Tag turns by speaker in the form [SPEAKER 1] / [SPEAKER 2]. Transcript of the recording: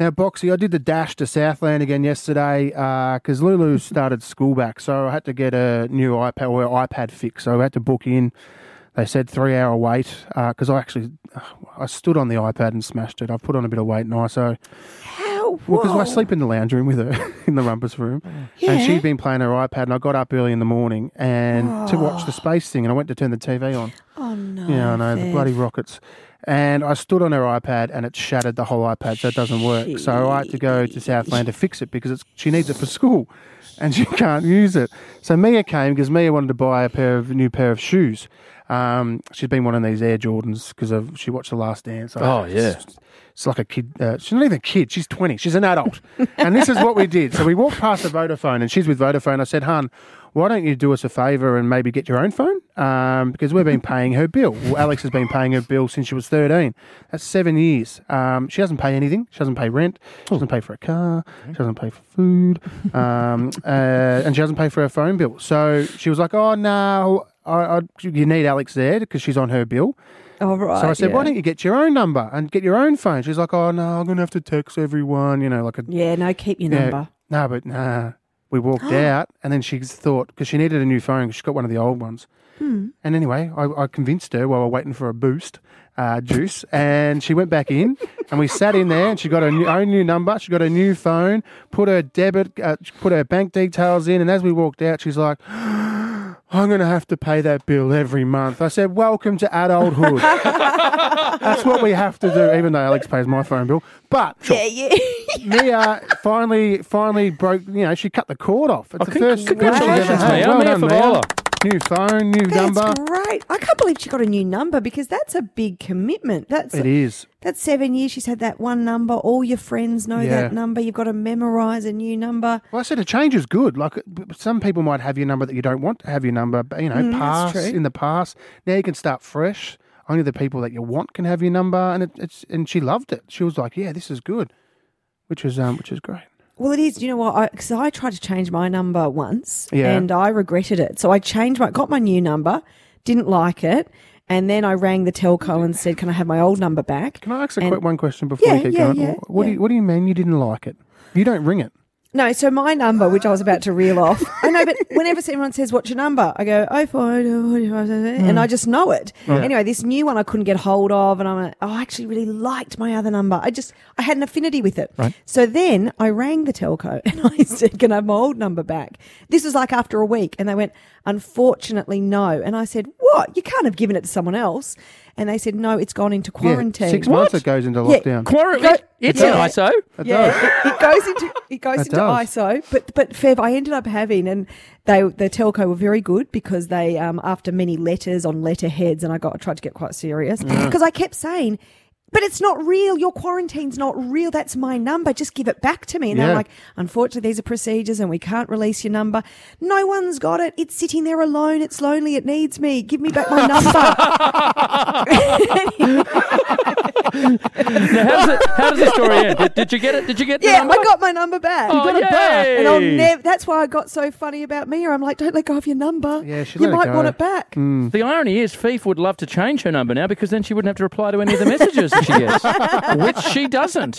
[SPEAKER 1] Now, Boxy, I did the dash to Southland again yesterday because Lulu started school back, so I had to get a new iPad or iPad fix. So I had to book in. They said three hour wait because I actually uh, I stood on the iPad and smashed it. I've put on a bit of weight now, so
[SPEAKER 2] How?
[SPEAKER 1] because
[SPEAKER 2] Whoa.
[SPEAKER 1] I sleep in the lounge room with her in the rumpus room, and
[SPEAKER 2] Yeah.
[SPEAKER 1] she'd been playing her iPad, and I got up early in the morning and to watch the space thing, and I went to turn the TV on.
[SPEAKER 2] Oh no.
[SPEAKER 1] Yeah, I know the
[SPEAKER 2] Viv.
[SPEAKER 1] bloody rockets. And I stood on her iPad, and it shattered the whole iPad, so it doesn't work. So I had to go to Southland to fix it because it's, she needs it for school, and she can't use it. So Mia came because Mia wanted to buy a pair of new pair of shoes. Um, she's been wanting these Air Jordans because she watched The Last Dance. I-
[SPEAKER 3] Oh, yeah.
[SPEAKER 1] it's like a kid. Uh, she's not even a kid. She's 20. She's an adult. and this is what we did. So we walked past the Vodafone and she's with Vodafone. I said, Hun, why don't you do us a favour and maybe get your own phone? Um, because we've been paying her bill. Well, Alex has been paying her bill since she was 13. That's seven years. Um, she doesn't pay anything. She doesn't pay rent. She doesn't pay for a car. She doesn't pay for food. Um, uh, and she doesn't pay for her phone bill. So she was like, oh, no. I, I, you need Alex there because she's on her bill.
[SPEAKER 2] All right.
[SPEAKER 1] So I said,
[SPEAKER 2] yeah.
[SPEAKER 1] why don't you get your own number and get your own phone? She's like, oh, no, I'm going to have to text everyone, you know, like a.
[SPEAKER 2] Yeah. No. Keep your
[SPEAKER 1] Yeah.
[SPEAKER 2] number.
[SPEAKER 1] No, but nah. We walked out and then she thought, because she needed a new phone 'cause she got one of the old ones. And anyway, I, I convinced her while we we're waiting for a boost uh, juice, and she went back in, and we sat in there, and she got her new, own new number, she got her new phone, put her debit, uh, put her bank details in, and as we walked out, she's like, "I'm going to have to pay that bill every month." I said, "Welcome to adulthood." That's what we have to do, even though Alex pays my phone bill. But
[SPEAKER 2] Yeah. Yeah.
[SPEAKER 1] Mia finally, finally broke. You know, she cut the cord off. It's the first one she's ever
[SPEAKER 3] Oh, congratulations,
[SPEAKER 1] had.
[SPEAKER 3] Mia.
[SPEAKER 1] Well
[SPEAKER 3] Mia
[SPEAKER 1] done,
[SPEAKER 3] Favola.
[SPEAKER 1] New phone, new
[SPEAKER 2] That's
[SPEAKER 1] number.
[SPEAKER 2] great. I can't believe she got a new number because that's a big commitment. That's
[SPEAKER 1] It is.
[SPEAKER 2] that's seven years. She's had that one number. All your friends know
[SPEAKER 1] Yeah.
[SPEAKER 2] that number. You've got to memorize a new number.
[SPEAKER 1] Well, I said a change is good. Like uh, b- some people might have your number that you don't want to have your number, but you know, past
[SPEAKER 2] Mm, true.
[SPEAKER 1] in the past. Now you can start fresh. Only the people that you want can have your number, and it, it's and she loved it. She was like, "Yeah, this is good," which is um, which is great.
[SPEAKER 2] Well, it is. You know what? Because I, tried to change my number once,
[SPEAKER 1] Yeah.
[SPEAKER 2] and I regretted it. So I changed my, got my new number, didn't like it, and then I rang the telco and said, "Can I have my old number back?"
[SPEAKER 1] Can I ask a
[SPEAKER 2] And-
[SPEAKER 1] quick one question before
[SPEAKER 2] Yeah,
[SPEAKER 1] we keep
[SPEAKER 2] yeah,
[SPEAKER 1] going?
[SPEAKER 2] yeah,
[SPEAKER 1] what do
[SPEAKER 2] yeah.
[SPEAKER 1] you, what do you mean you didn't like it? You don't ring it.
[SPEAKER 2] No, so my number, which I was about to reel off, I know, but whenever someone says, What's your number? I go, oh four, and
[SPEAKER 1] Mm.
[SPEAKER 2] I just know it. Anyway, this new one I couldn't get hold of, and I'm like, Oh, I actually really liked my other number. I just, I had an affinity with it. Right. So then I rang the telco and I said, Can I have my old number back? This was like after a week, and they went, Unfortunately, no. And I said, What? You can't have given it to someone else. And they said, No, it's gone into quarantine.
[SPEAKER 1] Yeah, six months it goes into
[SPEAKER 2] Yeah,
[SPEAKER 1] lockdown.
[SPEAKER 3] Quarantine. It's an
[SPEAKER 2] Yeah.
[SPEAKER 3] ISO.
[SPEAKER 1] It does.
[SPEAKER 2] Yeah, it, it goes into it goes
[SPEAKER 1] It
[SPEAKER 2] into
[SPEAKER 1] does.
[SPEAKER 2] ISO. But but Fev, I ended up having, and they the telco were very good because they um, after many letters on letterheads, and I got I tried to get quite serious
[SPEAKER 1] Mm.
[SPEAKER 2] because I kept saying. But it's not real. Your quarantine's not real. That's my number. Just give it back to me. And
[SPEAKER 1] Yeah.
[SPEAKER 2] they're like, unfortunately, these are procedures and we can't release your number. No one's got it. It's sitting there alone. It's lonely. It needs me. Give me back my number.
[SPEAKER 3] Now, how does, it, how does the story end? Did, did you get it? Did you get the
[SPEAKER 2] yeah,
[SPEAKER 3] number?
[SPEAKER 2] I got my number back.
[SPEAKER 3] Oh,
[SPEAKER 1] got it back.
[SPEAKER 3] yay.
[SPEAKER 2] And I'll never. That's why I got so funny about Mia. I'm like, don't let go of your number.
[SPEAKER 1] Yeah, she
[SPEAKER 2] you
[SPEAKER 1] let it
[SPEAKER 2] might
[SPEAKER 1] go. Mm.
[SPEAKER 2] want it back.
[SPEAKER 3] The irony is, Fief would love to change her number now because then she wouldn't have to reply to any of the messages that she gets, which she doesn't.